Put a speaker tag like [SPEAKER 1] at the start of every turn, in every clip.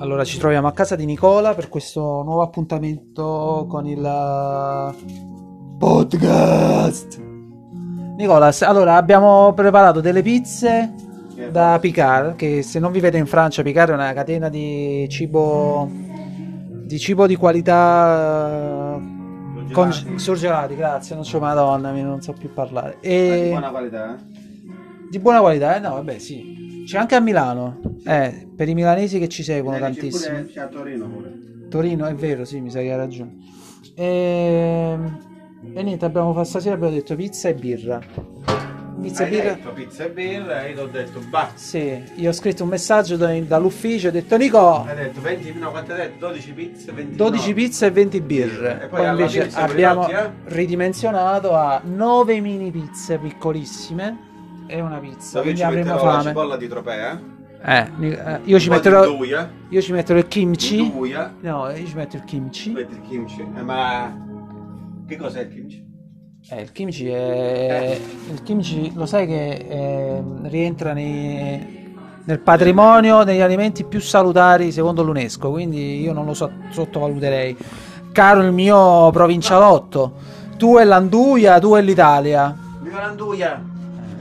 [SPEAKER 1] Allora, ci troviamo a casa di Nicola per questo nuovo appuntamento con il eh, podcast. Nicola, se- allora abbiamo preparato delle pizze da Picard, che se non vivete in Francia, Picard è una catena di cibo di cibo di qualità eh, con
[SPEAKER 2] Surgelati.
[SPEAKER 1] surgelati, grazie, non so madonna, mi- non so più parlare.
[SPEAKER 2] Ma
[SPEAKER 1] E
[SPEAKER 2] di buona qualità, eh?
[SPEAKER 1] di buona qualità, eh? No, vabbè, sì. C'è anche a Milano. Eh, per i milanesi che ci seguono
[SPEAKER 2] Dai, c'è
[SPEAKER 1] tantissimo.
[SPEAKER 2] Eh, Pure, c'è a Torino pure.
[SPEAKER 1] Torino, è vero, sì, mi sa che hai ragione. Ehm, E, niente, abbiamo fatto stasera, abbiamo detto pizza e birra. Pizza e
[SPEAKER 2] Hai
[SPEAKER 1] birra?
[SPEAKER 2] detto pizza e birra e io ti ho detto basta.
[SPEAKER 1] Sì, io ho scritto un messaggio da- dall'ufficio, ho detto Nico,
[SPEAKER 2] Hai detto 20, no, quanto hai detto? 12 pizze, 20
[SPEAKER 1] 12 pizze e 20 birre.
[SPEAKER 2] E poi
[SPEAKER 1] poi,
[SPEAKER 2] alla
[SPEAKER 1] invece
[SPEAKER 2] fine siamo
[SPEAKER 1] abbiamo
[SPEAKER 2] ridotti,
[SPEAKER 1] ridimensionato a 9 mini pizze piccolissime e una pizza,
[SPEAKER 2] Dove
[SPEAKER 1] quindi
[SPEAKER 2] ci
[SPEAKER 1] avremo
[SPEAKER 2] metterò la
[SPEAKER 1] fame.
[SPEAKER 2] cipolla di tropea? Un
[SPEAKER 1] Eh, Ni- eh, io, ci
[SPEAKER 2] po' di
[SPEAKER 1] metterò,
[SPEAKER 2] Duia.
[SPEAKER 1] io ci metterò il kimchi.
[SPEAKER 2] Duia.
[SPEAKER 1] No, io ci metto il kimchi.
[SPEAKER 2] Metti il kimchi. Eh, ma... Che cos'è il kimchi?
[SPEAKER 1] Eh, il kimchi è... Il kimchi lo sai che ehm, rientra nei- nel patrimonio degli alimenti più salutari secondo l'UNESCO, quindi io non lo so- sottovaluterei. Caro il mio provincialotto, tu e l'Anduia, tu e l'Italia.
[SPEAKER 2] Viva l'anduia!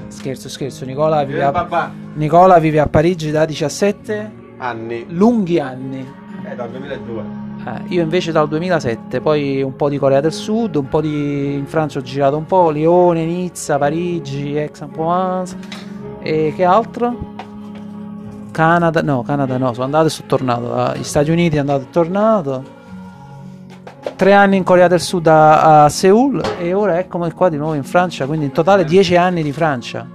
[SPEAKER 1] Scherzo, scherzo, Nicola vive,
[SPEAKER 2] Viva
[SPEAKER 1] a...
[SPEAKER 2] Eh, papà!
[SPEAKER 1] Nicola vive a Parigi da 17
[SPEAKER 2] Anni.
[SPEAKER 1] lunghi anni.
[SPEAKER 2] Eh, dal 2002.
[SPEAKER 1] Eh, io invece dal 2007, poi un po' di Corea del Sud, un po' di... in Francia ho girato un po', Lione, Nizza, Parigi, Aix-en-Provence e che altro? Canada, no, Canada no, sono andato e sono tornato, agli Stati Uniti sono andato e tornato, tre anni in Corea del Sud a, a Seoul e ora eccomi qua di nuovo in Francia, quindi in totale 10 anni di Francia.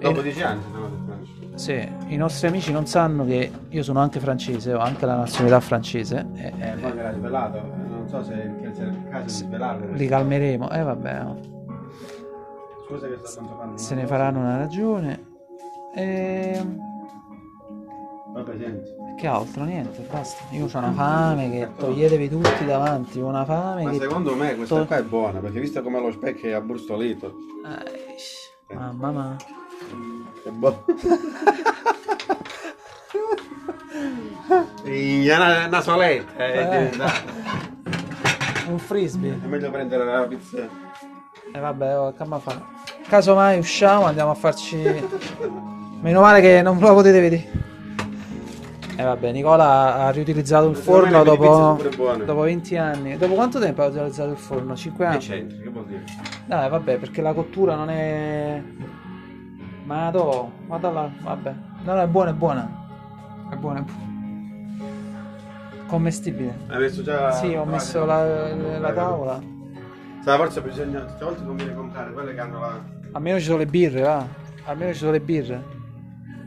[SPEAKER 2] Dopo
[SPEAKER 1] E-
[SPEAKER 2] 10 anni sono andato in Francia.
[SPEAKER 1] sì, i nostri amici non sanno che io sono anche francese, ho anche la nazionalità francese. e-
[SPEAKER 2] Eh, poi me l'ha svelato. Eh, Non so se che sia il caso di svelarlo.
[SPEAKER 1] Li calmeremo, eh vabbè, no.
[SPEAKER 2] Scusa che sto tanto parlando.
[SPEAKER 1] se ne faranno una ragione. Ehm,
[SPEAKER 2] Vabbè, senti.
[SPEAKER 1] Che altro? Niente, basta. Io ho una fame che toglietevi tutti davanti, ho una fame
[SPEAKER 2] Ma
[SPEAKER 1] che...
[SPEAKER 2] secondo me questa
[SPEAKER 1] to-
[SPEAKER 2] qua è buona, perché visto come lo specchio è abbrustolito,
[SPEAKER 1] Ai, Mamma mia.
[SPEAKER 2] è buona. Ignana nasoletta, eh,
[SPEAKER 1] Eh.
[SPEAKER 2] diventa-
[SPEAKER 1] Un frisbee.
[SPEAKER 2] è meglio prendere la pizza.
[SPEAKER 1] E vabbè, oh, che ma fa? Casomai usciamo, andiamo a farci. Meno male che non la potete vedere. E vabbè, Nicola ha riutilizzato il
[SPEAKER 2] Secondo me
[SPEAKER 1] forno
[SPEAKER 2] le mini pizze sono
[SPEAKER 1] dopo,
[SPEAKER 2] pure buone.
[SPEAKER 1] dopo 20 anni. Dopo quanto tempo ha utilizzato il forno? 5
[SPEAKER 2] Che
[SPEAKER 1] anni?
[SPEAKER 2] c'entri, che vuol dire?
[SPEAKER 1] Dai, vabbè, perché la cottura non è. Ma do, guarda là, vabbè. No, no, è buona, è buona. È buona, è buona. Commestibile.
[SPEAKER 2] Hai messo già...
[SPEAKER 1] Sì, ho
[SPEAKER 2] Ah,
[SPEAKER 1] messo
[SPEAKER 2] sì.
[SPEAKER 1] la, la tavola.
[SPEAKER 2] Sai, forse bisogna... Queste volte conviene comprare quelle che hanno la...
[SPEAKER 1] Almeno ci sono le birre, va. Almeno ci sono le birre.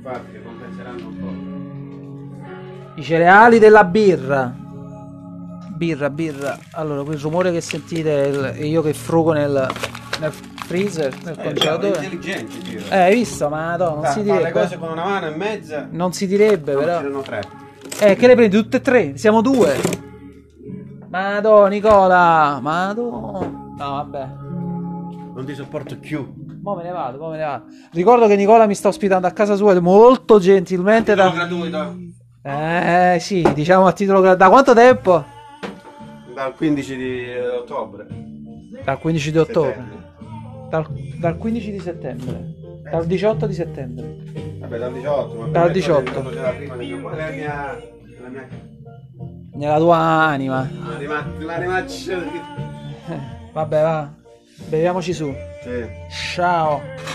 [SPEAKER 2] Guarda, che compenseranno un
[SPEAKER 1] I cereali della birra. Birra, birra. Allora, quel rumore che sentite è il- e io che frugo nel, nel freezer, nel
[SPEAKER 2] po'.
[SPEAKER 1] congelatore. Eh,
[SPEAKER 2] intelligenti, tiro.
[SPEAKER 1] hai visto? Ah, Ma no, non
[SPEAKER 2] Sa,
[SPEAKER 1] si
[SPEAKER 2] fa le cose
[SPEAKER 1] direbbe. eh.
[SPEAKER 2] con una mano e mezza,
[SPEAKER 1] Non si direbbe,
[SPEAKER 2] però...
[SPEAKER 1] però.
[SPEAKER 2] tirano tre.
[SPEAKER 1] Eh, che le prendi tutte e tre? Siamo due. Madò, Nicola. Madò. No, vabbè.
[SPEAKER 2] Non ti sopporto più.
[SPEAKER 1] Mo me ne vado, mo me ne vado. Ricordo che Nicola mi sta ospitando a casa sua molto gentilmente
[SPEAKER 2] Sono
[SPEAKER 1] da...
[SPEAKER 2] gratuito.
[SPEAKER 1] Eh, sì, diciamo a titolo... gra- Da quanto tempo?
[SPEAKER 2] Dal 15 di eh, ottobre.
[SPEAKER 1] Dal 15 di ottobre.
[SPEAKER 2] Settembre.
[SPEAKER 1] Dal, dal 15 di settembre. Dal 18 di settembre.
[SPEAKER 2] Vabbè, dal 18. ma
[SPEAKER 1] Dal
[SPEAKER 2] per me quello
[SPEAKER 1] 18.
[SPEAKER 2] è già prima del mio- quella è la mia... La mia...
[SPEAKER 1] Nella tua anima.
[SPEAKER 2] La, rima... la rimaccia...
[SPEAKER 1] Vabbè, va. Beviamoci su.
[SPEAKER 2] Sì.
[SPEAKER 1] Ciao.